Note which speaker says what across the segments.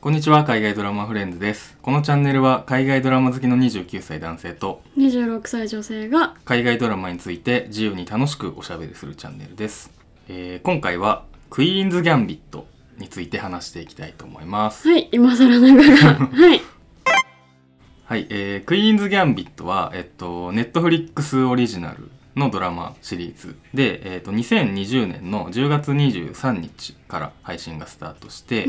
Speaker 1: こんにちは海外ドラマフレンズですこのチャンネルは海外ドラマ好きの29歳男性と
Speaker 2: 26歳女性が
Speaker 1: 海外ドラマについて自由に楽しくおしゃべりするチャンネルです、えー今回はクイーンズギャンビットについて話していきたいと思います
Speaker 2: はい今更なが らはい
Speaker 1: はい、えークイーンズギャンビットはえっとネットフリックスオリジナルのドラマシリーズで、えっと2020年の10月23日から配信がスタートして、
Speaker 2: はい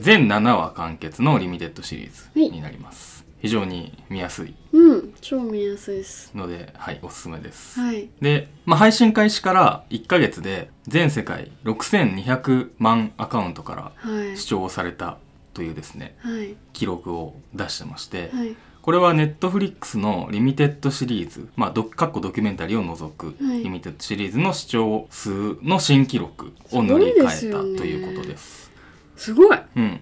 Speaker 1: 全7話完結のリミテッドシリーズになります、非常に見やすい
Speaker 2: うん超見やすいです
Speaker 1: のではいおすすめです、
Speaker 2: はい
Speaker 1: で、まあ、配信開始から1ヶ月で全世界6200万アカウントか
Speaker 2: はい
Speaker 1: ら視聴されたというですね
Speaker 2: はい
Speaker 1: 記録を出してまして、
Speaker 2: はい
Speaker 1: これはネットフリックスのリミテッドシリーズ、まあ、ドかっこドキュメンタリーを除く
Speaker 2: はい
Speaker 1: リミテッドシリーズの視聴数の新記録を塗り替えた
Speaker 2: すごいですよね
Speaker 1: ということです。
Speaker 2: すごい
Speaker 1: うん。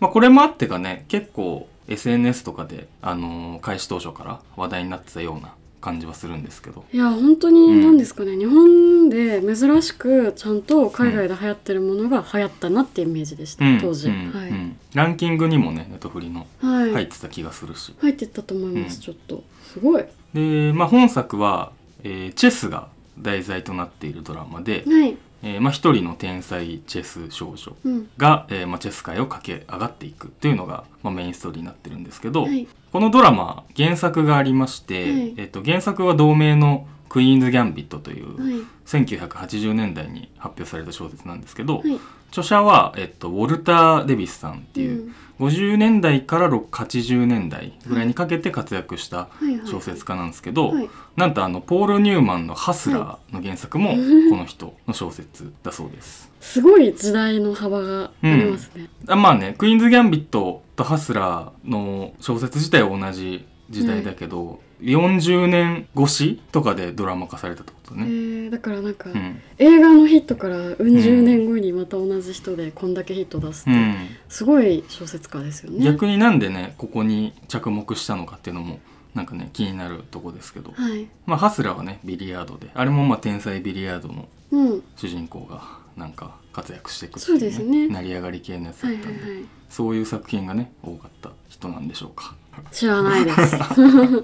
Speaker 1: まあ、これもあってかね、結構 SNS とかで、あのー開始当初から話題になってたような感じはするんですけど。
Speaker 2: いや本当
Speaker 1: う
Speaker 2: に
Speaker 1: ん
Speaker 2: 何ですかね、日本で珍しくちゃんと海外で流行ってるものが流行ったなってイメージでした、
Speaker 1: うん、
Speaker 2: 当時、
Speaker 1: うん
Speaker 2: はい、
Speaker 1: うんランキングにもね、ネットフリの
Speaker 2: はい、
Speaker 1: 入ってた気がするし。
Speaker 2: 入ってったと思います、
Speaker 1: うん
Speaker 2: ちょっとすごいは
Speaker 1: で、まあ、本作は、えーチェスが題材となっているドラマで、
Speaker 2: い
Speaker 1: えーまあ、一人の天才チェス少女
Speaker 2: うん
Speaker 1: が、えーまあ、チェス界を駆け上がっていくというのが、まあ、メインストーリーになってるんですけど、
Speaker 2: はい
Speaker 1: このドラマ原作がありまして、
Speaker 2: はい
Speaker 1: えっと、原作は同名の「クイーンズ・ギャンビット」という、
Speaker 2: はい
Speaker 1: 1980年代に発表された小説なんですけど、
Speaker 2: はい
Speaker 1: 著者は、えっと、ウォルター・デビスさんっていう、50年代から6 80年代ぐらいにかけて活躍した
Speaker 2: はいはい
Speaker 1: 小説家なんですけど、
Speaker 2: はい
Speaker 1: なんとあのポール・ニューマンの「ハスラー」の原作もこの人の小説だそうです。
Speaker 2: すごい時代の幅がありますね、
Speaker 1: あまあね「クイーンズ・ギャンビット」と「ハスラー」の小説自体は同じ時代だけど、40年越しとかでドラマ化されたってこと
Speaker 2: え
Speaker 1: ね。
Speaker 2: ーだからなんか、
Speaker 1: うん
Speaker 2: 映画のヒットからうん十年後にまた同じ人でこんだけヒット出すって、
Speaker 1: うん
Speaker 2: すごい小説家ですよね。
Speaker 1: 逆になんでねここに着目したのかっていうのもなんかね気になるとこですけど、
Speaker 2: はい。
Speaker 1: まあ、ハスラーはねビリヤードであれもまあ天才ビリヤードの
Speaker 2: うん。
Speaker 1: 主人公がなんか活躍していくって
Speaker 2: そうですね
Speaker 1: 成り上がり系のやつ
Speaker 2: は
Speaker 1: だ
Speaker 2: い
Speaker 1: っ
Speaker 2: はい
Speaker 1: た
Speaker 2: は
Speaker 1: んで、
Speaker 2: い。
Speaker 1: そういう作品がね多かった人なんでしょうか。
Speaker 2: 知らな いです。は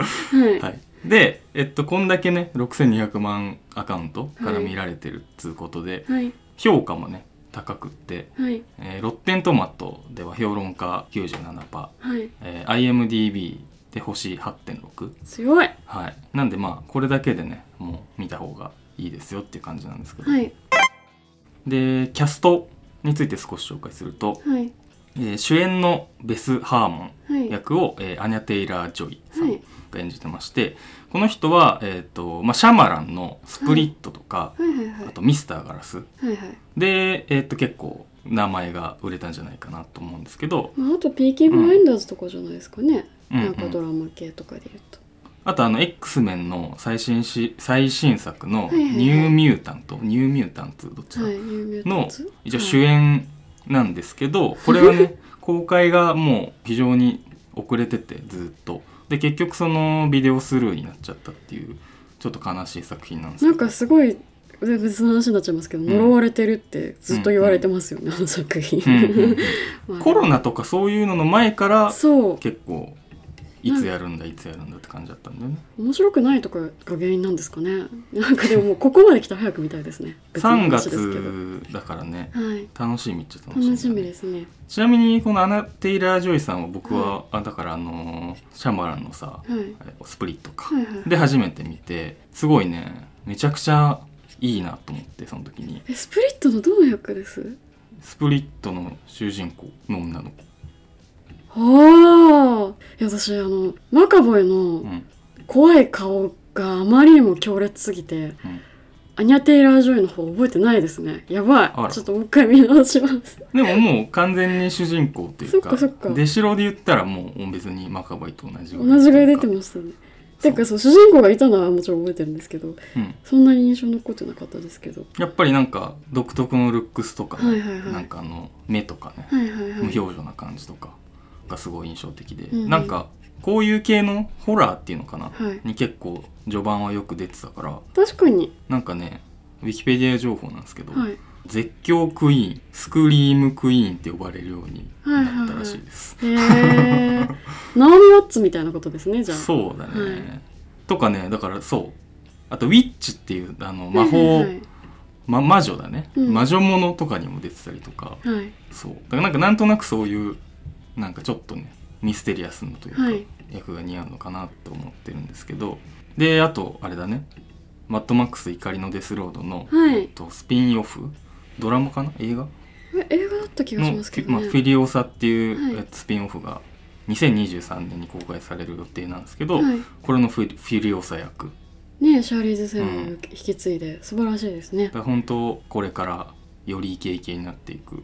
Speaker 2: い。
Speaker 1: はい、で、えっと、こんだけね6200万アカウントから見られてるっつうことで、
Speaker 2: はい。
Speaker 1: 評価もね高くって、
Speaker 2: はい。
Speaker 1: えーロッテントマトでは評論家97%、
Speaker 2: はい。
Speaker 1: えー IMDB で星8.6、
Speaker 2: 強い。
Speaker 1: はい、なんでまあこれだけでねもう見た方がいいですよっていう感じなんですけど、
Speaker 2: はい。
Speaker 1: でキャストについて少し紹介すると、
Speaker 2: はい。
Speaker 1: えー主演のベス・ハーモン
Speaker 2: はい。
Speaker 1: 役を、えーアニャ・テイラー・ジョイさ
Speaker 2: は
Speaker 1: ん
Speaker 2: い
Speaker 1: が演じてまして、この人は、えーとまあ、シャマランの「スプリット」とか、
Speaker 2: はいはいはい
Speaker 1: あ。と「ミスター・ガラス
Speaker 2: はいはい。」
Speaker 1: で、えー、と結構名前が売れたんじゃないかなと思うんですけど
Speaker 2: まああとピーキーブラインダーズとかじゃないですかね。
Speaker 1: うんうん
Speaker 2: なんかドラマ系とかで言うと。
Speaker 1: あとあの X メンの最新し最新作の「
Speaker 2: はいはいはい
Speaker 1: ニューミュータント」ニューミュータント」どっちだ、
Speaker 2: はい。有名
Speaker 1: の一応主
Speaker 2: 演。
Speaker 1: 演なんですけど、これは ね公開がもう非常に遅れててずっとで結局そのビデオスルーになっちゃったっていうちょっと悲しい作品なんですけ
Speaker 2: な
Speaker 1: ど
Speaker 2: んかすごい。別の話になっちゃいますけど、
Speaker 1: ん
Speaker 2: 呪われてるってずっと言われてますよね、あの作品。
Speaker 1: うんうんうん
Speaker 2: まあ
Speaker 1: コロナとかそういうのの前から
Speaker 2: そう
Speaker 1: 結構いつやるんだいつやるんだって感じだったんだよね
Speaker 2: 面白くないとかが原因なんですかね なんかでももうここまで来たら早く見たいですね
Speaker 1: 3
Speaker 2: ですけどは
Speaker 1: 月だからね
Speaker 2: い
Speaker 1: 楽しみっちゃ楽しみ,、
Speaker 2: 楽しみですね
Speaker 1: ちなみにこのアナ・テイラー・ジョイさんは僕は、あだからあのーシャマランのさ
Speaker 2: はい
Speaker 1: スプリットか、
Speaker 2: はいはい
Speaker 1: で初めて見てすごいねめちゃくちゃいいなと思ってその時に
Speaker 2: えスプリットのどの役です
Speaker 1: スプリットの主人公の女の子、
Speaker 2: ああいや私あのマカボイ
Speaker 1: う
Speaker 2: の
Speaker 1: ん
Speaker 2: 怖い顔があまりにも強烈すぎて
Speaker 1: うん
Speaker 2: アニャ・テイラー・ジョイの方覚えてないですねやば
Speaker 1: あら
Speaker 2: いちょっともう一回見直 します
Speaker 1: でももう完全に主人公っていうか
Speaker 2: そっかそっか
Speaker 1: 出城で言ったらもう別にマカバイと同じ
Speaker 2: 同じぐらい出て
Speaker 1: も
Speaker 2: ましたねてかそう主人公がいたのはもちろん覚えてるんですけ
Speaker 1: う
Speaker 2: ど
Speaker 1: ん、
Speaker 2: そんなに印象残ってなかったですけど
Speaker 1: やっぱりなんか独特のルックスとか、
Speaker 2: はいはいはい
Speaker 1: なんかあの目とかね、
Speaker 2: はいはいはい
Speaker 1: 無表情な感じとかがすごい印象的で、
Speaker 2: うんうん
Speaker 1: なんかこういう系のホラーっていうのかな、
Speaker 2: はい
Speaker 1: に結構序盤はよく出てたから
Speaker 2: 確かに
Speaker 1: なんかねウィキペディア情報なんですけど、
Speaker 2: はい
Speaker 1: 絶叫クイーンスクリームクイーンって呼ばれるようになったらしいです、
Speaker 2: へえナオミ・ワッツみたいなことですねじゃあ
Speaker 1: そうだね、
Speaker 2: はい
Speaker 1: とかねだからそうあとウィッチっていうあの魔法、
Speaker 2: はいはい
Speaker 1: ま、魔女だね、
Speaker 2: うん
Speaker 1: 魔女ものとかにも出てたりとか
Speaker 2: はい、はい
Speaker 1: そうだからなんかなんとなくそういうなんかちょっとねミステリアスのというか、
Speaker 2: はい
Speaker 1: 役が似合うのかなと思ってるんですけどであとあれだね「マッドマックス怒りのデスロードの」
Speaker 2: はい
Speaker 1: えっと、スピンオフドラマかな映画
Speaker 2: え映画だった気がし
Speaker 1: の
Speaker 2: ますけど
Speaker 1: まあ、
Speaker 2: ね、
Speaker 1: フィリオサっていう、
Speaker 2: はい
Speaker 1: えっとスピンオフが2023年に公開される予定なんですけど、
Speaker 2: はい
Speaker 1: これのフィリフィリオサ役
Speaker 2: ねシャーリーズ・セロンを引き継いで、素晴らしいですね
Speaker 1: だから本当これからよりイケイケになっていく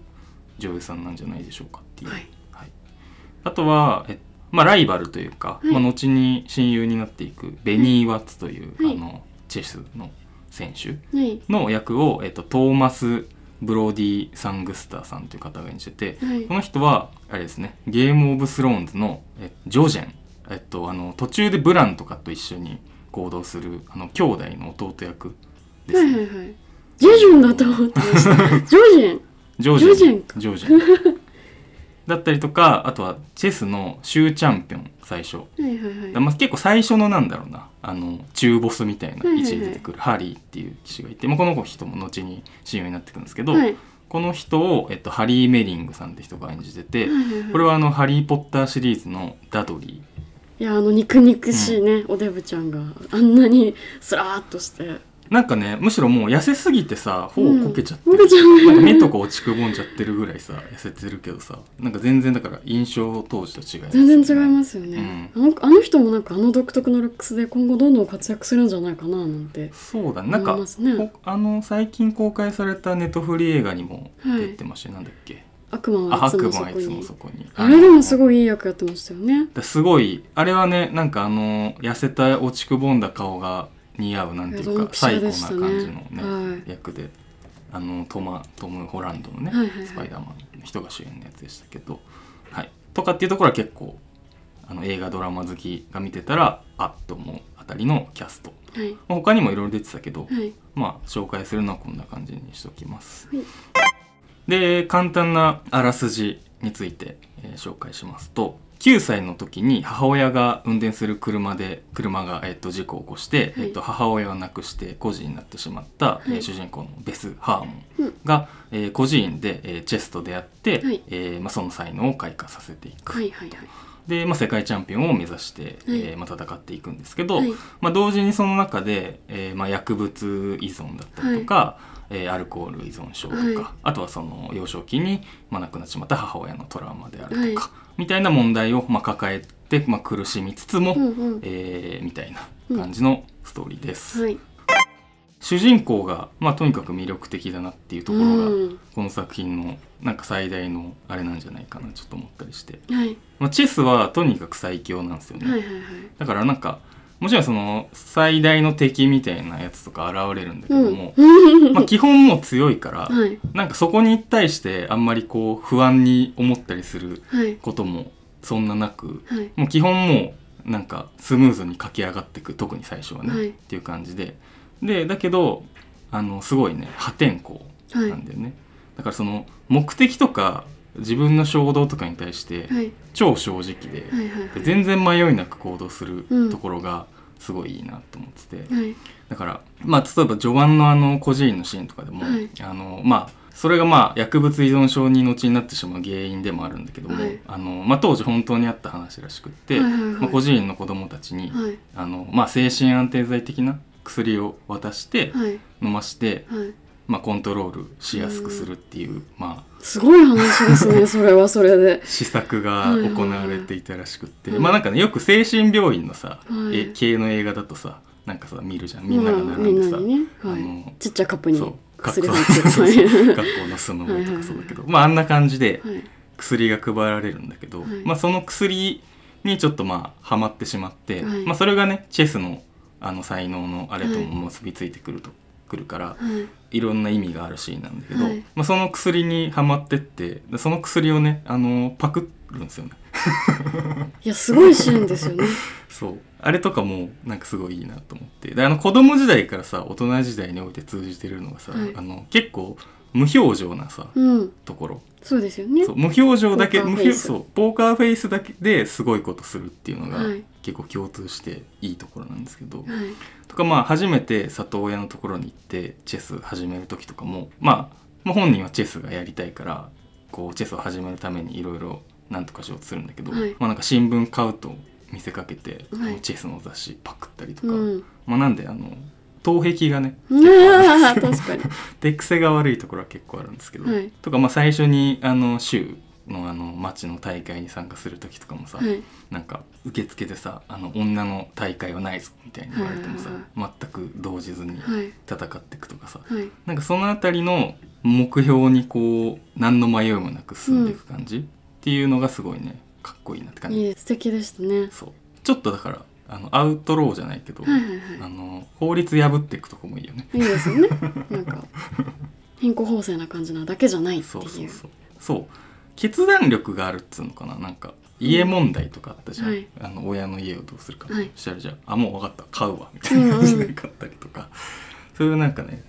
Speaker 1: 女優さんなんじゃないでしょうかっていう、
Speaker 2: はい
Speaker 1: はいあとは、えまあ、ライバルというか、
Speaker 2: はい
Speaker 1: まあ、後に親友になっていくベニー・ワッツという、
Speaker 2: はい
Speaker 1: あのチェスの選手
Speaker 2: はい
Speaker 1: の役を、えっと、トーマス・ブローディ・サングスターさんという方が演じてて、
Speaker 2: はい
Speaker 1: この人はあれですねゲーム・オブ・スローンズのえジョジェン、えっと、あの途中でブランとかと一緒に行動するあの兄弟の弟役で
Speaker 2: は
Speaker 1: す
Speaker 2: い
Speaker 1: ね、
Speaker 2: はいはいジェジュンだと思ってました ジョジェン
Speaker 1: ジョ
Speaker 2: ジョジェンか
Speaker 1: ジョージェン だったりとかあとはチェスの州チャンピオン最初、
Speaker 2: はいはいはい
Speaker 1: まあ、結構最初のなんだろうなあの中ボスみたいな
Speaker 2: はいはいはい
Speaker 1: 位置で出てくるハリーっていう騎士がいて、まあ、この人も後に親友になってくるんですけど、
Speaker 2: はい
Speaker 1: この人を、えっと、ハリー・メリングさんって人が演じてて、これ
Speaker 2: は
Speaker 1: はあの「ハリー・ポッター」シリーズのダドリ
Speaker 2: いいやあの肉肉しいね、おデブちゃんがあんなにスラーっとして
Speaker 1: ーなんかねむしろもう痩せすぎてさ頬こけちゃって
Speaker 2: うんこけちゃうね
Speaker 1: なんか目とか落ちくぼんじゃってるぐらいさ痩せてるけどさなんか全然だから印象当時と違いますよね
Speaker 2: 全然違いますよね、あのあの人もなんかあの独特のルックスで今後どんどん活躍するんじゃないかななんて
Speaker 1: そうだねなん
Speaker 2: 思
Speaker 1: か、
Speaker 2: いますね
Speaker 1: こあの最近公開されたネットフリ映画にも
Speaker 2: はい
Speaker 1: 出てましたよ、なんだっけ
Speaker 2: 悪魔
Speaker 1: あ
Speaker 2: はいつ
Speaker 1: 悪
Speaker 2: もそ
Speaker 1: 魔は
Speaker 2: こ
Speaker 1: いつも
Speaker 2: に
Speaker 1: そこに
Speaker 2: あれでもす
Speaker 1: い
Speaker 2: ごいいい役やってましたよね
Speaker 1: すごいあれはねなんかあの痩せた落ちくぼんだ顔が似合うなんてい
Speaker 2: いや
Speaker 1: う
Speaker 2: ド
Speaker 1: か
Speaker 2: ンピシ
Speaker 1: 最高
Speaker 2: ャで
Speaker 1: な
Speaker 2: したね
Speaker 1: 感じのね、
Speaker 2: はい
Speaker 1: 役であのトマトム・ホランドのね、
Speaker 2: はいはいはい
Speaker 1: スパイダーマンの人が主演のやつでしたけど、はい、とかっていうところは結構あの映画ドラマ好きが見てたらあっと思うあたりのキャスト
Speaker 2: はい
Speaker 1: まあ他にもいろいろ出てたけど、
Speaker 2: はい
Speaker 1: まあ紹介するのはこんな感じにしておきます、
Speaker 2: はい
Speaker 1: で簡単なあらすじについて、えー紹介しますと9歳の時に母親が運転する車で車が、えっと事故を起こして、
Speaker 2: はい
Speaker 1: えっと母親を亡くして孤児になってしまった、え
Speaker 2: い
Speaker 1: ー主人公のベス・ハー
Speaker 2: う
Speaker 1: モン
Speaker 2: ん
Speaker 1: が、えー孤児院で、えーチェスと出会って、
Speaker 2: はい
Speaker 1: えーまあ、その才能を開花させていく、
Speaker 2: はいはいはい
Speaker 1: で、まあ、世界チャンピオンを目指して、
Speaker 2: はい
Speaker 1: えーまあ、戦っていくんですけど、
Speaker 2: はい
Speaker 1: まあ、同時にその中で、えーまあ、薬物依存だったりとか、えーアルコール依存症とか、
Speaker 2: はい
Speaker 1: あとはその幼少期に、まあ、亡くなっちまった母親のトラウマであるとか、
Speaker 2: はい
Speaker 1: みたいな問題を、まあ、抱えて、まあ、苦しみつつも、
Speaker 2: うんうん
Speaker 1: えーみたいな感じのストーリーです。
Speaker 2: はい
Speaker 1: 主人公が、まあ、とにかく魅力的だなっていうところが、
Speaker 2: うん
Speaker 1: この作品のなんか最大のあれなんじゃないかなちょっと思ったりして。
Speaker 2: はい
Speaker 1: まあ、チェスはとにかく最強なんですよね、
Speaker 2: はいはいはい
Speaker 1: だからなんかもちろんその最大の敵みたいなやつとか現れるんだけ
Speaker 2: う
Speaker 1: ど
Speaker 2: ん
Speaker 1: も、まあ、基本もう強いから、
Speaker 2: はい
Speaker 1: なんかそこに対してあんまりこう不安に思ったりする
Speaker 2: はい
Speaker 1: こともそんななく
Speaker 2: はい
Speaker 1: もう基本もうなんかスムーズに駆け上がっていく特に最初はね、
Speaker 2: はい
Speaker 1: っていう感じででだけどあのすごいね破天荒
Speaker 2: は
Speaker 1: なんだよね、だからその目的とか自分の衝動とかに対して
Speaker 2: いはい
Speaker 1: 超正直で、
Speaker 2: はいはいはい
Speaker 1: で全然迷いなく行動するところがすごいいいなと思ってて、
Speaker 2: はい
Speaker 1: だから、まあ、例えば序盤のあの孤児院のシーンとかでも、
Speaker 2: はい
Speaker 1: あのまあ、それがまあ薬物依存症に後になってしまう原因でもあるんだけども、
Speaker 2: はい
Speaker 1: あのまあ、当時本当にあった話らしくって、
Speaker 2: はいはいはい
Speaker 1: まあ、孤児院の子供たちに、
Speaker 2: はい
Speaker 1: あのまあ、精神安定剤的な薬を渡して
Speaker 2: はい
Speaker 1: 飲まして、
Speaker 2: はい
Speaker 1: まあ、コントロールしやすくするっていう、まあ、
Speaker 2: すごい話ですねそれはそれで
Speaker 1: 試作が行われていたらしくって、
Speaker 2: はいはい
Speaker 1: まあなんかねよく精神病院のさ、
Speaker 2: はい
Speaker 1: え系の映画だとさなんかさ見るじゃんみんなが並んでさ、
Speaker 2: まあみんな
Speaker 1: あ
Speaker 2: にねは
Speaker 1: の
Speaker 2: いちっちゃいカップに
Speaker 1: そう学
Speaker 2: 薬
Speaker 1: 校
Speaker 2: 入ってる
Speaker 1: そう
Speaker 2: はい
Speaker 1: そう学校の巣の上とかそうだけど、まああんな感じで
Speaker 2: はい
Speaker 1: 薬が配られるんだけど、
Speaker 2: はい
Speaker 1: まあその薬にちょっとまあハマってしまって、
Speaker 2: はい
Speaker 1: まあそれがねチェスのあの才能のあれと
Speaker 2: はい
Speaker 1: も結びついてくると、くるから、
Speaker 2: はい
Speaker 1: いろんな意味があるシーンなんだけど、
Speaker 2: はい
Speaker 1: まあ、その薬にはまってってでその薬をねあのパクるんですよね
Speaker 2: いやすごいシーンですよね
Speaker 1: そうあれとかもなんかすごいいいなと思ってであの子供時代からさ大人時代において通じてるのがさ、
Speaker 2: はい
Speaker 1: あの結構無表情なさ
Speaker 2: うん
Speaker 1: ところ
Speaker 2: そうですよね
Speaker 1: そう無表情だけ
Speaker 2: ポーカ
Speaker 1: 無
Speaker 2: ーフェ
Speaker 1: 表
Speaker 2: イス
Speaker 1: そうポーカーフェイスだけですごいことするっていうのが
Speaker 2: はい
Speaker 1: 結構共通していいところなんですけど、
Speaker 2: はい
Speaker 1: とかまあ初めて里親のところに行ってチェス始める時とかも、まあ、まあ本人はチェスがやりたいからこうチェスを始めるためにいろいろなんとかしようとするんだけど、
Speaker 2: はい
Speaker 1: まあなんか新聞買うと見せかけて、
Speaker 2: はい
Speaker 1: あのチェスの雑誌パクったりとか、
Speaker 2: うん
Speaker 1: まあなんであの頭壁 がね
Speaker 2: あー 確かに
Speaker 1: 手癖が悪いところは結構あるんですけど、
Speaker 2: はい
Speaker 1: とかまあ最初にあの州のあの町の大会に参加する時とかもさ、
Speaker 2: はい
Speaker 1: なんか受付でさあの女の大会はないぞみたいに言われてもさ、
Speaker 2: はいは
Speaker 1: 全く動じずに
Speaker 2: はい
Speaker 1: 戦っていくとかさ、
Speaker 2: はい
Speaker 1: なんかそのあたりの目標にこう何の迷いもなく進んでいく感じ、っていうのがすごいねかっこいいなって感じ、
Speaker 2: いい素敵でしたね
Speaker 1: そうちょっとだからあのアウトローじゃないけど、
Speaker 2: はいはいは
Speaker 1: あの法律破っていくとこもいいよね
Speaker 2: いいいですよ ねなんか貧困法制な感じなだけじゃないって
Speaker 1: そうそ
Speaker 2: いうう
Speaker 1: そうそう決断力があるっつうのかななんか家問題とかあったじゃん、
Speaker 2: はい
Speaker 1: あの親の家をどうするか、
Speaker 2: はい
Speaker 1: したらじゃああもう分かった買うわみたいな感じ
Speaker 2: うんう
Speaker 1: で
Speaker 2: ん
Speaker 1: 買ったりとか、そういうなんかね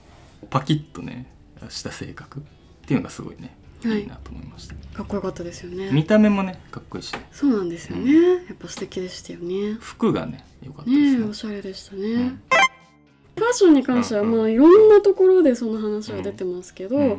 Speaker 1: パキッとねした性格っていうのがすごいね、
Speaker 2: はい
Speaker 1: いなと思いました
Speaker 2: かっこよかったですよね
Speaker 1: 見た目もねかっこいいしね
Speaker 2: そうなんですよねやっぱ素敵でしたよね
Speaker 1: 服がね良かったです
Speaker 2: ね
Speaker 1: ね
Speaker 2: えおしゃれでした
Speaker 1: う
Speaker 2: ね
Speaker 1: ん
Speaker 2: ファッションに関しては
Speaker 1: うんうん
Speaker 2: まあいろんなところでその話は出てますけど、
Speaker 1: うん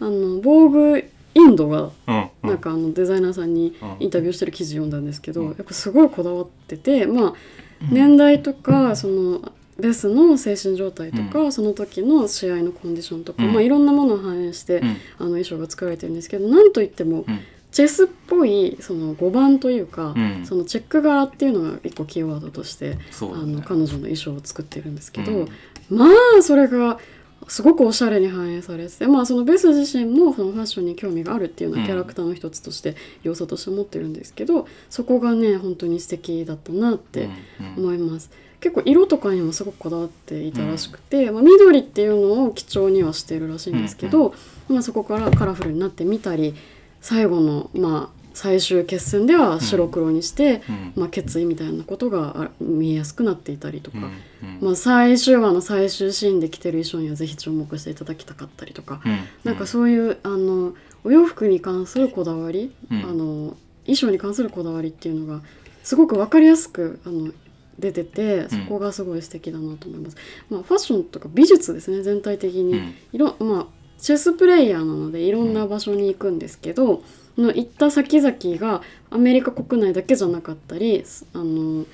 Speaker 2: あの防具インドが
Speaker 1: うんうん
Speaker 2: なんかあのデザイナーさんに
Speaker 1: うん
Speaker 2: インタビューしてる記事読んだんですけど、
Speaker 1: うん
Speaker 2: やっぱすごいこだわってて、まあ、
Speaker 1: うん
Speaker 2: 年代とかそのベースの精神状態とか、その時の試合のコンディションとか、
Speaker 1: うん
Speaker 2: まあ、いろんなものを反映して、
Speaker 1: う
Speaker 2: あ
Speaker 1: ん
Speaker 2: の衣装が作られてるんですけどなんといっても
Speaker 1: うん
Speaker 2: チェスっぽいその5番というか、
Speaker 1: うん
Speaker 2: そのチェック柄っていうのが一個キーワードとして、
Speaker 1: そうだ
Speaker 2: あの
Speaker 1: ね
Speaker 2: 彼女の衣装を作ってるんですけど。
Speaker 1: うん
Speaker 2: まあそれがすごくおしゃれに反映されてて、まあ、そのベス自身もそのファッションに興味があるっていうの
Speaker 1: うん
Speaker 2: はキャラクターの一つとして要素として持ってるんですけど、そこがね本当に素敵だったなって
Speaker 1: うんうん
Speaker 2: 思います。結構色とかにもすごくこだわっていたらしくて、まあ、緑っていうのを基調にはしてるらしいんですけど、まあ、そこからカラフルになってみたり最後の、まあ、最終決戦では白黒にして、
Speaker 1: うん
Speaker 2: まあ、決意みたいなことがあ見えやすくなっていたりとか、
Speaker 1: うん
Speaker 2: まあ、最終話の最終シーンで着てる衣装にはぜひ注目していただきたかったりとか、
Speaker 1: うん
Speaker 2: なんかそういうあのお洋服に関するこだわり、
Speaker 1: うん
Speaker 2: あの衣装に関するこだわりっていうのがすごく分かりやすくあの出ててそこがすごい素敵だなと思います。まあ、ファッションとか美術ですね全体的
Speaker 1: う
Speaker 2: に、
Speaker 1: ん
Speaker 2: いろまあチェスプレイヤーなのでいろんな場所に行くんですけど、の行った先々がアメリカ国内だけじゃなかったりすあの、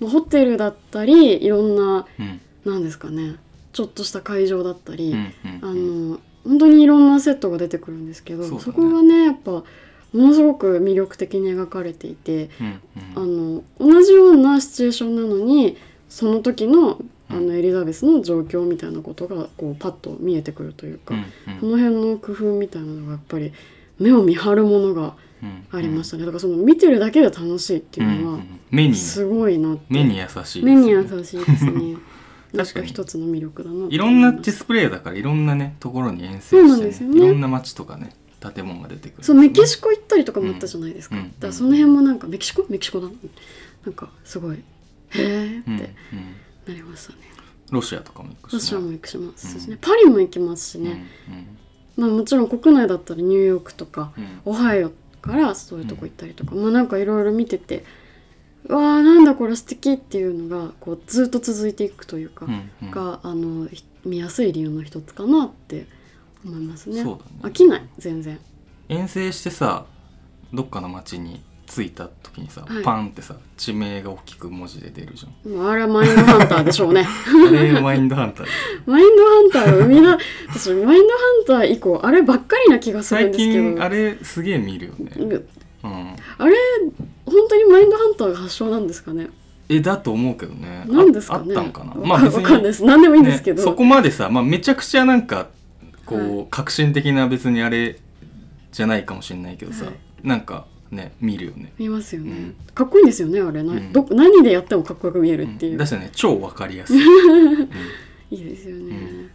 Speaker 2: まあ、ホテルだったりいろんな
Speaker 1: うん
Speaker 2: なんですかねちょっとした会場だったり、
Speaker 1: うんうん
Speaker 2: あの本当にいろんなセットが出てくるんですけど
Speaker 1: そう
Speaker 2: そ,、
Speaker 1: だね
Speaker 2: こがねやっぱものすごく魅力的に描かれていて、
Speaker 1: うんうん
Speaker 2: あの同じようなシチュエーションなのにその時の
Speaker 1: う
Speaker 2: あ
Speaker 1: ん
Speaker 2: のエリザベスの状況みたいなことがこうパッと見えてくるというか、
Speaker 1: うんうん
Speaker 2: この辺の工夫みたいなのがやっぱり目を見張るものがありましたね、だからその見てるだけで楽しいっていうの
Speaker 1: うんう
Speaker 2: は
Speaker 1: ん目に
Speaker 2: すごいなって、
Speaker 1: 目に優しい
Speaker 2: 目に優
Speaker 1: い
Speaker 2: し いですねなん
Speaker 1: 確か
Speaker 2: か
Speaker 1: に
Speaker 2: 一つの魅力だなと思
Speaker 1: いろんな
Speaker 2: ま
Speaker 1: チェ
Speaker 2: す
Speaker 1: スプレイヤーだからいろんなねところに遠
Speaker 2: そう
Speaker 1: 征
Speaker 2: なんで
Speaker 1: し
Speaker 2: す
Speaker 1: て、
Speaker 2: よ
Speaker 1: ね、
Speaker 2: ね
Speaker 1: いろんな街とかね建物が出てくる
Speaker 2: そうメキシコ行ったりとかもあったじゃないですか、
Speaker 1: うんうん
Speaker 2: だからその辺もなんかメキシコメキシコだなんかすごいへえっ
Speaker 1: うんうん
Speaker 2: てなりましたね、
Speaker 1: ロシアとかも行くしね
Speaker 2: ロシアも行くしますしね、
Speaker 1: うん
Speaker 2: パリも行きますしね、
Speaker 1: うん
Speaker 2: まあもちろん国内だったらニューヨークとか、
Speaker 1: うん
Speaker 2: オハイオからそういうとこ行ったりとか、まあなんかいろいろ見ててうわーなんだこれ素敵っていうのがこうずっと続いていくというか、
Speaker 1: うんうん
Speaker 2: があのひ見やすい理由の一つかなって思いますね。
Speaker 1: そうだ
Speaker 2: 飽
Speaker 1: ね
Speaker 2: きない全然。
Speaker 1: 遠征してさどっかの街に着いた時にさ、
Speaker 2: はい
Speaker 1: パンってさ地名が大きく文字で出るじゃん
Speaker 2: もうあれはマインドハンターでしょうね。
Speaker 1: あれマインドハンター
Speaker 2: マインドハンターが生み出私マインドハンター以降あればっかりな気がする
Speaker 1: 最
Speaker 2: んですけど
Speaker 1: 近あれすげえ見るよね、
Speaker 2: うん
Speaker 1: うん、
Speaker 2: あれ本当にマインドハンターが発祥なんですかね
Speaker 1: えだと思うけどねあ
Speaker 2: なんですかね
Speaker 1: あったんかな
Speaker 2: わかわかんないです何でもいいんですけど、
Speaker 1: ね、そこまでさ、まあ、めちゃくちゃなんかこう、
Speaker 2: は
Speaker 1: 革新的な別にあれじゃないかもしれないけどさ、
Speaker 2: はい
Speaker 1: なんかね見るよね、
Speaker 2: 見ますよね、
Speaker 1: うん
Speaker 2: かっこいいんですよねあれな、
Speaker 1: うん
Speaker 2: ど何でやってもかっこよく見える
Speaker 1: う
Speaker 2: っ
Speaker 1: ん
Speaker 2: ていう、
Speaker 1: だしね超わかり やすい、うん
Speaker 2: いいですよね、
Speaker 1: うん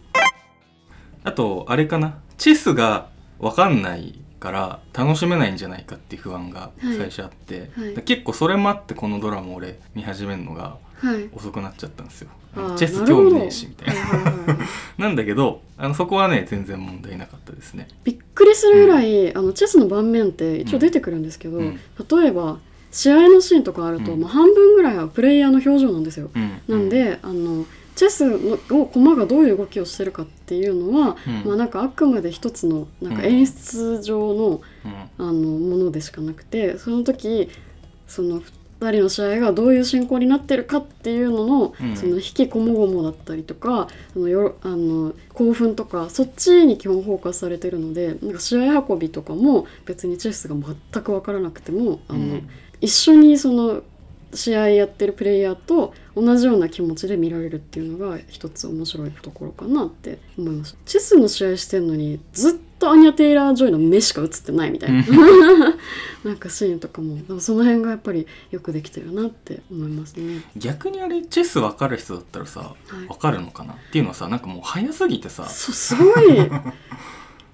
Speaker 1: あとあれかなチェスがわかんないから楽しめないんじゃないかっていう不安が
Speaker 2: はい
Speaker 1: 最初あって、
Speaker 2: はい
Speaker 1: だ結構それもあってこのドラマ俺見始めるのが
Speaker 2: はい
Speaker 1: 遅くなっちゃったんですよ
Speaker 2: あー
Speaker 1: チェス興味ねえしみたい
Speaker 2: は
Speaker 1: ない
Speaker 2: はいはい
Speaker 1: なんだけどあのそこはね全然問題なかったですね
Speaker 2: びっくりするぐらい、あのチェスの盤面って一応出てくるんですけど、
Speaker 1: うん
Speaker 2: 例えば試合のシーンとかあると、
Speaker 1: うん
Speaker 2: まあ、半分ぐらいはプレイヤーの表情なんですよ。
Speaker 1: うん
Speaker 2: なんであのチェスのを駒がどういう動きをしてるかっていうのは、
Speaker 1: うん
Speaker 2: まあ、なんかあくまで一つのなんか演出上の,、
Speaker 1: うん
Speaker 2: あのものでしかなくてその時その2人の試合がどういう進行になってるかっていうのの,、
Speaker 1: うん
Speaker 2: その引きこもごもだったりとかあのよあの興奮とかそっちに基本フォーカスされてるのでなんか試合運びとかも別にチェスが全く分からなくてもあの、
Speaker 1: うん
Speaker 2: 一緒にその試合やってるプレイヤーと同じような気持ちで見られるっていうのが一つ面白いところかなって思いましたチェスの試合してんのにずっとアニャ・テイラー・ジョイの目しか映ってないみたいななんかシーンとかもでもその辺がやっぱりよくできてるなって思いますね。
Speaker 1: 逆にあれチェス分かる人だったらさ
Speaker 2: はい
Speaker 1: 分かるのかなっていうのはさなんかもう早すぎてさ
Speaker 2: そうすごい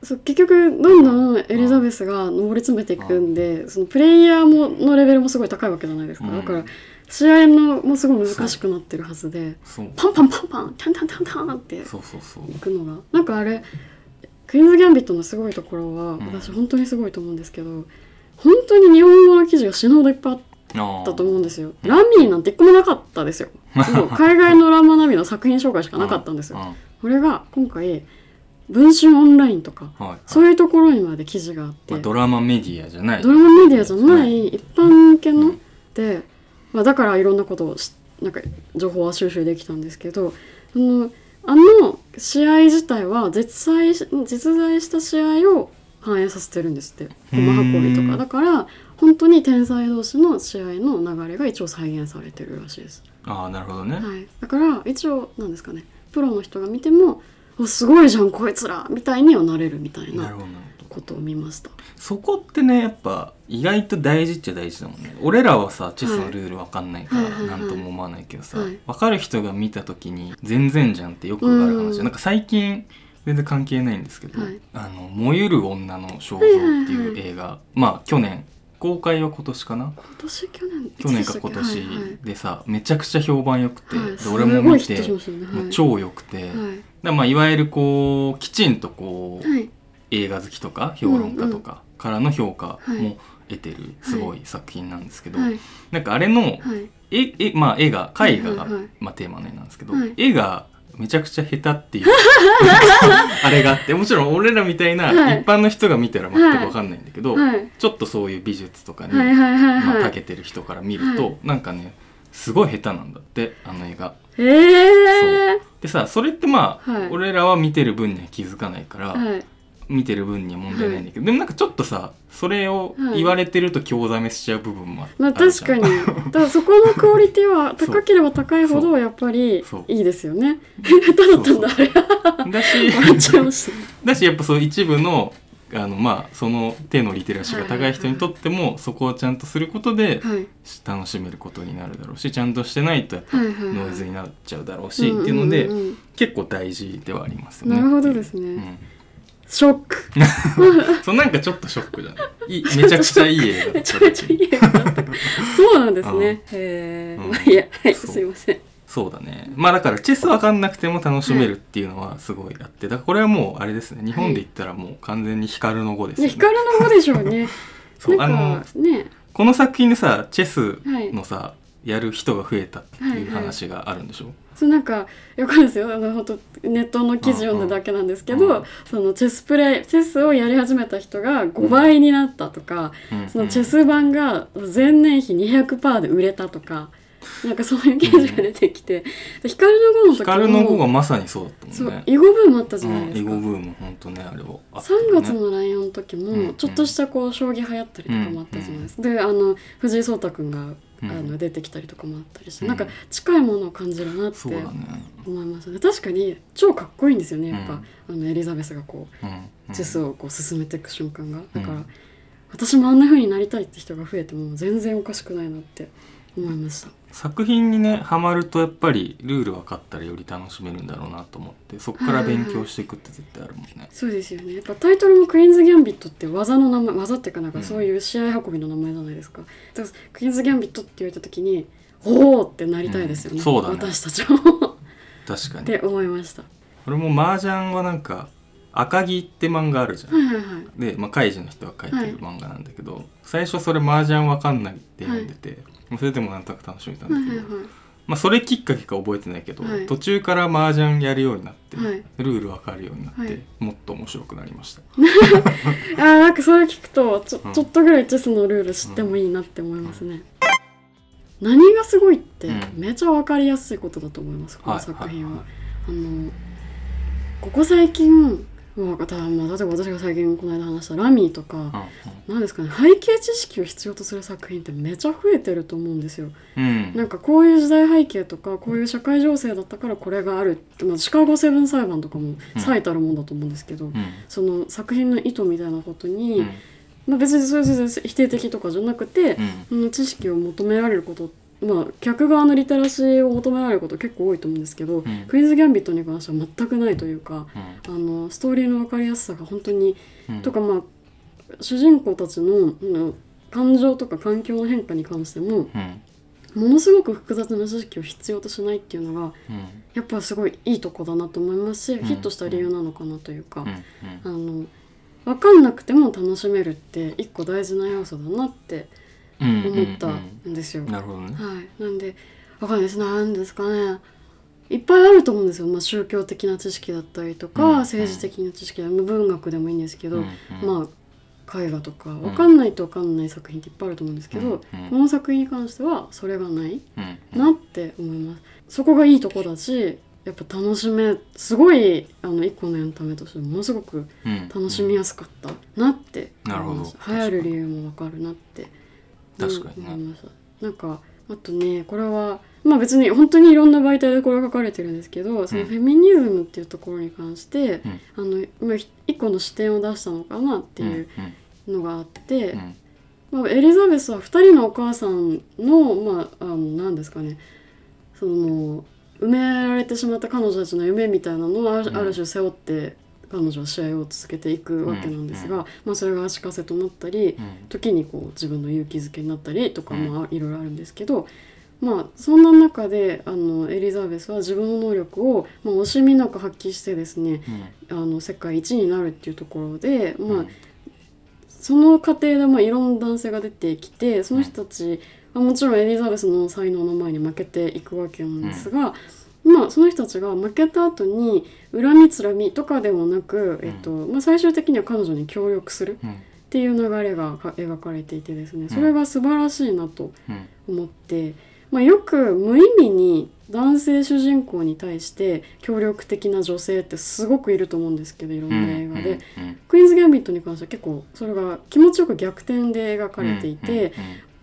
Speaker 2: そう結局どんどんエリザベスが上り詰めていくんでそのプレイヤーものレベルもすごい高いわけじゃないですか、
Speaker 1: うん
Speaker 2: だから試合のもすごい難しくなってるはずで
Speaker 1: そう
Speaker 2: パンパンパンパンタンタンタンタンってい
Speaker 1: そうそうそう
Speaker 2: くのがなんかあれクイーンズ・ギャンビットのすごいところは
Speaker 1: ん
Speaker 2: 私本当にすごいと思うんですけど、本当に日本語の記事が死ぬほどいっぱいあっ
Speaker 1: あ
Speaker 2: だと
Speaker 1: う
Speaker 2: 思うんですよ。ラミーなんて一個もなかったです よ。もう海外のラマナミの作品紹介しかなかったんですよ。これが今回文春オンラインとか
Speaker 1: はい
Speaker 2: そういうところにまで記事があって、
Speaker 1: まあ、
Speaker 2: ド
Speaker 1: ドラマメディアじゃない
Speaker 2: ラマメディアじゃな
Speaker 1: はい
Speaker 2: い一般向けの、
Speaker 1: うん
Speaker 2: で、まあ、だからいろんなことをしなんか情報は収集できたんですけどそのあの試合自体は実在し実在した試合を反映させてるんですって
Speaker 1: うーん
Speaker 2: 馬運びとかだから本当に天才同士の試合の流れが一応再現されてるらしいです。
Speaker 1: ああなるほどね、
Speaker 2: はい、だから一応なんですかねプロの人が見ても「おすごいじゃんこいつら」みたいにはなれるみたい
Speaker 1: なる
Speaker 2: な
Speaker 1: ほどなるほど
Speaker 2: ことを見ました。
Speaker 1: そこってねやっぱ意外と大事っちゃ大事だもんね俺らはさチェスのルール分かんないか
Speaker 2: はい
Speaker 1: ら
Speaker 2: はいはいはい
Speaker 1: 何とも思わないけどさ、
Speaker 2: はい
Speaker 1: 分かる人が見た時に「全然じゃん」ってよくある話
Speaker 2: う
Speaker 1: で
Speaker 2: ん
Speaker 1: なんか最近全然関係ないんですけど「
Speaker 2: はい
Speaker 1: あの燃ゆる女の肖像」って
Speaker 2: はい
Speaker 1: い
Speaker 2: は
Speaker 1: う
Speaker 2: いは
Speaker 1: 映画、まあ去年公開は今年かな
Speaker 2: 今年去
Speaker 1: 去
Speaker 2: 年
Speaker 1: 年か今
Speaker 2: いつでしたっけはいはい
Speaker 1: 年でさ、めちゃくちゃ評判良くて、
Speaker 2: はい
Speaker 1: で俺も見
Speaker 2: すごいヒ
Speaker 1: て
Speaker 2: ットしましたよねは
Speaker 1: も
Speaker 2: い
Speaker 1: う超良くて、だか
Speaker 2: はい
Speaker 1: らまあいわゆるこうきちんとこう、
Speaker 2: はい
Speaker 1: 映画好きとか評論家とかからの評価も得てるすごい作品なんですけど、
Speaker 2: はい
Speaker 1: なんかあれの
Speaker 2: はい
Speaker 1: ええ、まあ、絵が絵画が、
Speaker 2: はいはいはい
Speaker 1: まあ、テーマの絵なんですけど、
Speaker 2: はい
Speaker 1: 絵がめちゃくちゃ下手っていう あれがあってもちろん俺らみたいな
Speaker 2: はい
Speaker 1: 一般の人が見たら全く分かんないんだけど、
Speaker 2: はい
Speaker 1: ちょっとそういう美術とかに、
Speaker 2: はいはいはい
Speaker 1: まあ、
Speaker 2: は
Speaker 1: 長
Speaker 2: い
Speaker 1: けてる人から見ると、
Speaker 2: はい
Speaker 1: なんかねすごい下手なんだってあの映画。
Speaker 2: ええ
Speaker 1: でさそれってまあ、
Speaker 2: はい
Speaker 1: 俺らは見てる分には気づかないから、
Speaker 2: はい
Speaker 1: 見てる分には問題ないんだけど、でもなんかちょっとさそれを言われてると興ざめしちゃう部分もあ
Speaker 2: まあ
Speaker 1: あるじ
Speaker 2: 確
Speaker 1: ゃん
Speaker 2: かにだからそこのクオリティは高ければ高いほどやっぱり
Speaker 1: そう
Speaker 2: いいですよね下手だったんだあれ
Speaker 1: だ
Speaker 2: 笑っち
Speaker 1: し
Speaker 2: ゃいました
Speaker 1: だしやっぱそう一部のあのまあその手のリテラシーが高い人にとってもそこをちゃんとすることで
Speaker 2: はい
Speaker 1: 楽しめることになるだろうしちゃんとしてないとやっぱ
Speaker 2: はいはいはい
Speaker 1: ノイズになっちゃうだろうしっていうので
Speaker 2: んんうん
Speaker 1: 結構大事ではありますよね。
Speaker 2: なるほどですね
Speaker 1: うん
Speaker 2: ショック
Speaker 1: そうなんかちょっとショックじゃないいいめちゃくちゃいい映画だ
Speaker 2: め
Speaker 1: っ
Speaker 2: ち
Speaker 1: た
Speaker 2: ゃめちゃいい映画だったそうなんですね。へえ。
Speaker 1: うん
Speaker 2: まあいいや、はい、
Speaker 1: そう
Speaker 2: すいません。
Speaker 1: そうだねまあだからチェス分かんなくても楽しめるっていうのはすごいあってだからこれはもうあれですね日本で言ったらもう完全に光の語です
Speaker 2: ね、
Speaker 1: よね
Speaker 2: 光の方でしょうね。
Speaker 1: そう
Speaker 2: な
Speaker 1: あ
Speaker 2: ん
Speaker 1: の
Speaker 2: かね、
Speaker 1: この作品でさチェスのさ、やる人が増えたっていう話があるんでしょ、
Speaker 2: そうなんかよくですよ。あの本当ネットの記事読んだだけなんですけど、
Speaker 1: うんうん
Speaker 2: そのチェスプレイチェスをやり始めた人が5倍になったとか、
Speaker 1: うん
Speaker 2: そのチェス版が前年比200%で売れたとか。なんかそういう記事が出てきて、で光の碁
Speaker 1: 光
Speaker 2: の
Speaker 1: の
Speaker 2: 時
Speaker 1: 碁が
Speaker 2: も
Speaker 1: まさにそうだった
Speaker 2: そ
Speaker 1: もん
Speaker 2: う
Speaker 1: ね
Speaker 2: 囲碁ブームあったじゃ
Speaker 1: う
Speaker 2: ない
Speaker 1: ん
Speaker 2: で
Speaker 1: 囲
Speaker 2: すか、
Speaker 1: 碁ブームほんとねあれをあったよ
Speaker 2: 3
Speaker 1: ね
Speaker 2: 月のライオンの時
Speaker 1: うんう
Speaker 2: も
Speaker 1: ん
Speaker 2: ちょっとしたこう将棋流行ったりとかもあったじゃないですか、であの藤井聡太君があ
Speaker 1: う
Speaker 2: の
Speaker 1: ん
Speaker 2: 出てきたりとかもあったりして、
Speaker 1: うん
Speaker 2: なんか近いものを感じるなって
Speaker 1: そうだね
Speaker 2: 思いますね確かに超かっこいいんですよねやっぱ、あのエリザベスがこ
Speaker 1: うん、う
Speaker 2: うんチェスをこう進めていく瞬間が、だか
Speaker 1: う
Speaker 2: ら
Speaker 1: ん
Speaker 2: 私もあんな風になりたいって人が増えても全然おかしくないなって思いました
Speaker 1: 作品にねハマるとやっぱりルール分かったらより楽しめるんだろうなと思ってそこから勉強していくって絶対あるもんね、
Speaker 2: そうですよねやっぱタイトルも「クイーンズ・ギャンビット」って技の名前技っていうかなん
Speaker 1: う
Speaker 2: か
Speaker 1: ん
Speaker 2: そういう試合運びの名前じゃないですか,、だからクイーンズ・ギャンビットって言われた時におおってなりたいですよね,、
Speaker 1: うんそうだね
Speaker 2: 私たちも
Speaker 1: 確か
Speaker 2: っ
Speaker 1: に
Speaker 2: て思いました。
Speaker 1: 俺も麻雀はなんか「赤木」って漫画あるじゃん
Speaker 2: はいはいはい。
Speaker 1: で、まあ、カイジの人が書いてる漫画なんだけど、最初それ麻雀わかんないって読んでて、もうそれでもなんとなく楽しめたんだ
Speaker 2: は
Speaker 1: け
Speaker 2: い
Speaker 1: ど、
Speaker 2: はい
Speaker 1: まあ、それきっかけか覚えてないけど、
Speaker 2: はい
Speaker 1: 途中から麻雀やるようになって、
Speaker 2: はい
Speaker 1: ルールわかるようになって、
Speaker 2: はい
Speaker 1: もっと面白くなりました
Speaker 2: はい。ああなんかそれ聞くとちょ
Speaker 1: うん
Speaker 2: ちょっとぐらいチェスのルール知ってもいいなって思いますね。何がすごいって
Speaker 1: うん
Speaker 2: めちゃわかりやすいことだと思います、この
Speaker 1: はい
Speaker 2: 作品は。
Speaker 1: はい
Speaker 2: あのここ最近まあ、たまあ、例えば私が最近この間話したラミーとか、なんですかね背景知識を必要とする作品ってめちゃ増えてると思うんですよ。
Speaker 1: うんうん
Speaker 2: なんかこういう時代背景とかこういう社会情勢だったからこれがあるって、まあ、シカゴセブン裁判とかも
Speaker 1: うん
Speaker 2: 最たるもんだと思うんですけど、
Speaker 1: うん
Speaker 2: その作品の意図みたいなことに、
Speaker 1: うん
Speaker 2: まあ、別にそれ全然否定的とかじゃなくて
Speaker 1: う、ん
Speaker 2: うん知識を求められることまあ客側のリテラシーを求められること結構多いと思うんですけど、
Speaker 1: ん
Speaker 2: クイーンズ・ギャンビットに関しては全くないというか
Speaker 1: うん
Speaker 2: あのストーリーの分かりやすさが本当に
Speaker 1: うん
Speaker 2: とかまあ主人公たちのうん感情とか環境の変化に関しても、
Speaker 1: うん
Speaker 2: ものすごく複雑な知識を必要としないっていうのが
Speaker 1: うん
Speaker 2: やっぱすごいいいとこだなと思いますし、
Speaker 1: ん
Speaker 2: ヒットした理由なのかなというか、
Speaker 1: うんうん
Speaker 2: あの分かんなくても楽しめるって一個大事な要素だなって
Speaker 1: うんうん
Speaker 2: 思ったんですよ。
Speaker 1: なるほどね
Speaker 2: はい、なんで分かんないですなんですかねいっぱいあると思うんですよ、まあ、宗教的な知識だったりとか、
Speaker 1: うん
Speaker 2: 政治的な知識だ文学でもいいんですけど、
Speaker 1: うんうん
Speaker 2: まあ絵画とか分かんないと分かんない作品っていっぱいあると思うんですけど、
Speaker 1: うんうん
Speaker 2: この作品に関してはそれがない。
Speaker 1: うんうん
Speaker 2: なって思います。そこがいいとこだし、やっぱ楽しめ、すごいあの一個のエンタメとしてものすごく
Speaker 1: うん
Speaker 2: 楽しみやすかったなって思いました。
Speaker 1: うんなるほど
Speaker 2: 流行る理由もわかるなって
Speaker 1: 確かにね
Speaker 2: 思いました。なんかあとねこれはまあ別に本当にいろんな媒体でこれが書かれてるんですけど、そのフェミニズムっていうところに関して、
Speaker 1: うん
Speaker 2: あのまあひ一個の視点を出したのかなっていう
Speaker 1: うん
Speaker 2: のがあって、
Speaker 1: うんうん
Speaker 2: まあ、エリザベスは2人のお母さんの、まあ、あの何ですかねその埋められてしまった彼女たちの夢みたいなのをある,、
Speaker 1: うん
Speaker 2: ある種背負って彼女は試合を続けていくわけなんですが、
Speaker 1: うんう
Speaker 2: まあ、それが足かせとなったり時にこう自分の勇気づけになったりとか、
Speaker 1: うん
Speaker 2: まあ、いろいろあるんですけど、まあ、そんな中であのエリザベスは自分の能力を、まあ、惜しみなく発揮してですね
Speaker 1: うん
Speaker 2: あの世界一になるっていうところで、まあ
Speaker 1: うん
Speaker 2: その過程でまあいろんな男性が出てきてその人たちはもちろんエリザベスの才能の前に負けていくわけなんですが、まあ、その人たちが負けた後に恨みつらみとかでもなく、えっとまあ、最終的には彼女に協力する
Speaker 1: うん
Speaker 2: っていう流れがか描かれていてですねそれが素晴らしいなと
Speaker 1: うん
Speaker 2: 思って、まあ、よく無意味に男性主人公に対して協力的な女性ってすごくいると思うんですけどいろんな映画で。
Speaker 1: うんうんうん
Speaker 2: クイーンズ・ギャンビットに関しては結構それが気持ちよく逆転で描かれていて、
Speaker 1: うん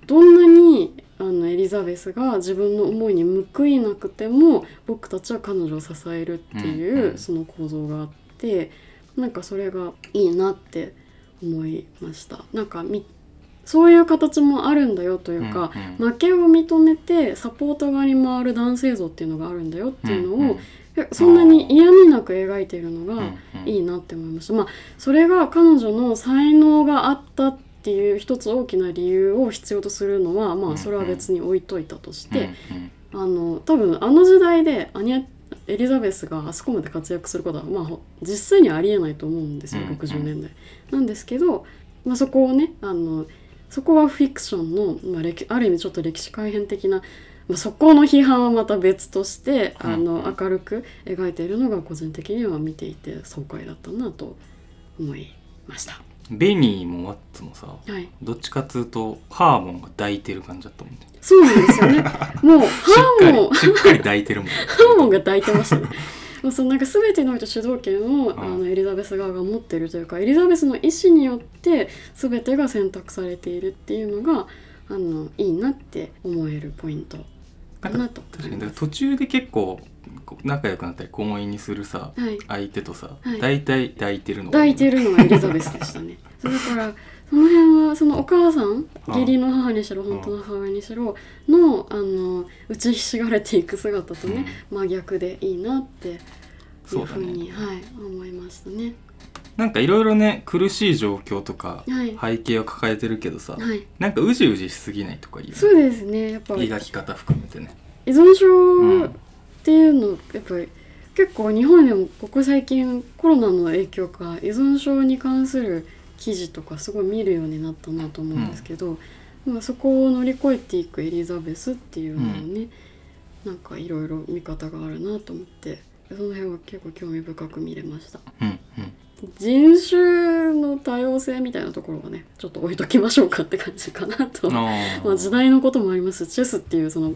Speaker 2: どんなにあのエリザベスが自分の思いに報いなくても僕たちは彼女を支えるって
Speaker 1: うん
Speaker 2: いううんその構造があってなんかそれがいいなって思いました。なんかみそういう形もあるんだよというか、
Speaker 1: うんうん
Speaker 2: 負けを認めてサポート側に回る男性像っていうのがあるんだよっていうのを、
Speaker 1: んん
Speaker 2: えそんなに嫌味なく描いているのが、いいなって思いました。まあそれが彼女の才能があったっていう一つ大きな理由を必要とするのはまあそれは別に置いといたとして、、あの多分あの時代でアニアエリザベスがあそこまで活躍することはまあほ実際にはありえないと思うんですよ
Speaker 1: うんうん
Speaker 2: 60年代。なんですけど、まあ、そこをねあのそこはフィクションの、まあ、歴ある意味ちょっと歴史改変的な、まあ、そこの批判はまた別として
Speaker 1: うん
Speaker 2: あの明るく描いているのが個人的には見ていて爽快だったなと思いました。
Speaker 1: うんベニーもワッツもさ
Speaker 2: はい、
Speaker 1: どっちかっつうとハーモンが抱いてる感じだったもんね
Speaker 2: そうなんですよ ねもうハーモン
Speaker 1: しっかりしっかり抱いてるもん
Speaker 2: ハーモンが抱いて ましたね。もうそのなんか全てにおいて主導権を
Speaker 1: ん
Speaker 2: あのエリザベス側が持っているというかエリザベスの意思によって全てが選択されているっていうのがあのいいなって思えるポイントか
Speaker 1: なん
Speaker 2: な
Speaker 1: か
Speaker 2: と
Speaker 1: 確か
Speaker 2: 思い
Speaker 1: にだから
Speaker 2: ます。
Speaker 1: 途中で結構こう仲良くなったり婚姻にするさ
Speaker 2: はい、
Speaker 1: 相手とさ
Speaker 2: はい
Speaker 1: 大体抱いてるの
Speaker 2: 抱いて
Speaker 1: る
Speaker 2: るのはエリザベスでした ね。だからその辺はそのお母さん
Speaker 1: うん
Speaker 2: 義理の母にしろ本当の母親にしろのあの打ちひしがれていく姿とね真逆でいいなっていう
Speaker 1: そうだ
Speaker 2: ふう
Speaker 1: ね
Speaker 2: に、はい、思いましたね。
Speaker 1: なんかいろいろね苦しい状況とか
Speaker 2: はい
Speaker 1: 背景を抱えてるけどさ、
Speaker 2: はい
Speaker 1: なんかうじうじしすぎないとかいう
Speaker 2: そうですねやっぱ
Speaker 1: 描き方含めてね。
Speaker 2: 依存症
Speaker 1: ん
Speaker 2: っていうのやっぱり結構日本でもここ最近コロナの影響か依存症に関する記事とかすごい見るようになったなと思うんですけど、まあ、そこを乗り越えていくエリザベスっていうのをね、なんかいろいろ見方があるなと思ってその辺は結構興味深く見れました
Speaker 1: うんうん
Speaker 2: 人種の多様性みたいなところはねちょっと置いときましょうかって感じかなと
Speaker 1: あー
Speaker 2: まあ、時代のこともありますしチェスっていうその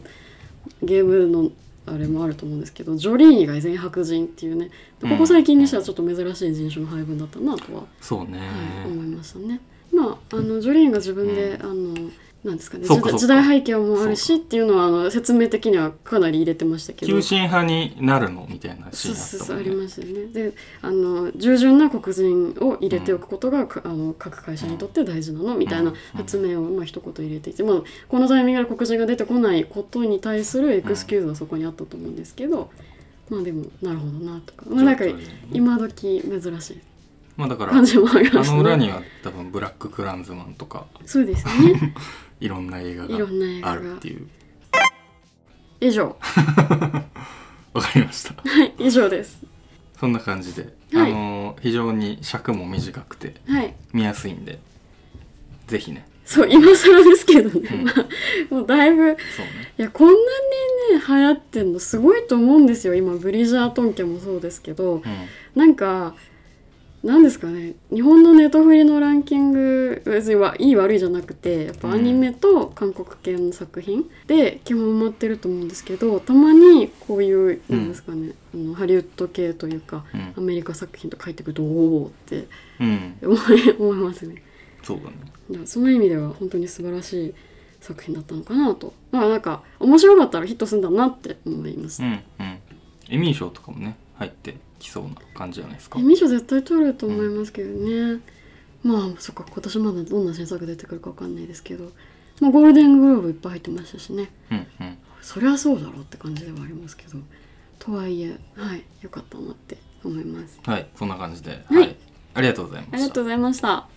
Speaker 2: ゲームのあれもあると思うんですけどジョリーン以外全員白人っていうね
Speaker 1: うん
Speaker 2: ここ最近にしてはちょっと珍しい人種の配分だったなとは、
Speaker 1: そうね、
Speaker 2: はい、思いましたね。まあ、あのジョリーンが自分で、
Speaker 1: う
Speaker 2: あのなんですかね
Speaker 1: そう
Speaker 2: 時
Speaker 1: かそう
Speaker 2: 代
Speaker 1: か
Speaker 2: 時代背景もあるしっていうのはあの説明的にはかなり入れてましたけど
Speaker 1: 急進派になるのみたいなシー
Speaker 2: そう
Speaker 1: ン
Speaker 2: そ
Speaker 1: だ
Speaker 2: う
Speaker 1: った
Speaker 2: そ
Speaker 1: も
Speaker 2: うあ
Speaker 1: ん
Speaker 2: り
Speaker 1: ね。
Speaker 2: ましたよね。であの従順な黒人を入れておくことが、かあの各会社にとって大事なのみたいな
Speaker 1: うん
Speaker 2: 発明を、まあ一言入れていて、まあ、このタイミングで黒人が出てこないことに対するエクスキューズはそこにあったと思うんですけど、まあでもなるほどなとか、まあ、なんか
Speaker 1: ちょっとね
Speaker 2: 今時珍しい
Speaker 1: まあだから
Speaker 2: 感じもありま
Speaker 1: あ
Speaker 2: し
Speaker 1: の裏
Speaker 2: たね。
Speaker 1: には多分ブラッククランズマンとか
Speaker 2: そうです ね。
Speaker 1: いろんな映画
Speaker 2: いろんな映
Speaker 1: があ
Speaker 2: 画
Speaker 1: る
Speaker 2: が
Speaker 1: っていう
Speaker 2: 以上
Speaker 1: わかりました
Speaker 2: はい以上です。
Speaker 1: そんな感じで、
Speaker 2: はい
Speaker 1: あの非常に尺も短くて
Speaker 2: はい。
Speaker 1: 見やすいんでぜひね
Speaker 2: そう今更ですけどね、
Speaker 1: うん
Speaker 2: まあもうだいぶ
Speaker 1: そうね
Speaker 2: いやこんなにね流行ってんのすごいと思うんですよ今ブリジャートン家もそうですけどなんかなんですかね日本のネットフリのランキング別にはいい悪いじゃなくてやっぱアニメと韓国系の作品で基本埋まってると思うんですけどたまにこういう
Speaker 1: うん
Speaker 2: なんですかね、あのハリウッド系というか
Speaker 1: うん
Speaker 2: アメリカ作品と書いてくるとおおって
Speaker 1: うん、うん、
Speaker 2: 思い思いますね。
Speaker 1: そうだね
Speaker 2: いやその意味では本当に素晴らしい作品だったのかなとまあなんか面白かったらヒットするんだなって思います、
Speaker 1: うんうんエミー賞とかもね入ってきそうな感じじゃないですか
Speaker 2: エミー賞絶対取ると思いますけどね、まあそっか今年まだどんな新作出てくるかわかんないですけど、まあ、ゴールデングローブいっぱい入ってましたしね
Speaker 1: うんうん
Speaker 2: そりゃそうだろうって感じではありますけどとはいえはい良かったなって思います
Speaker 1: はいそんな感じで
Speaker 2: はい
Speaker 1: ありがとうございま
Speaker 2: あ
Speaker 1: し
Speaker 2: り
Speaker 1: た
Speaker 2: がとうございました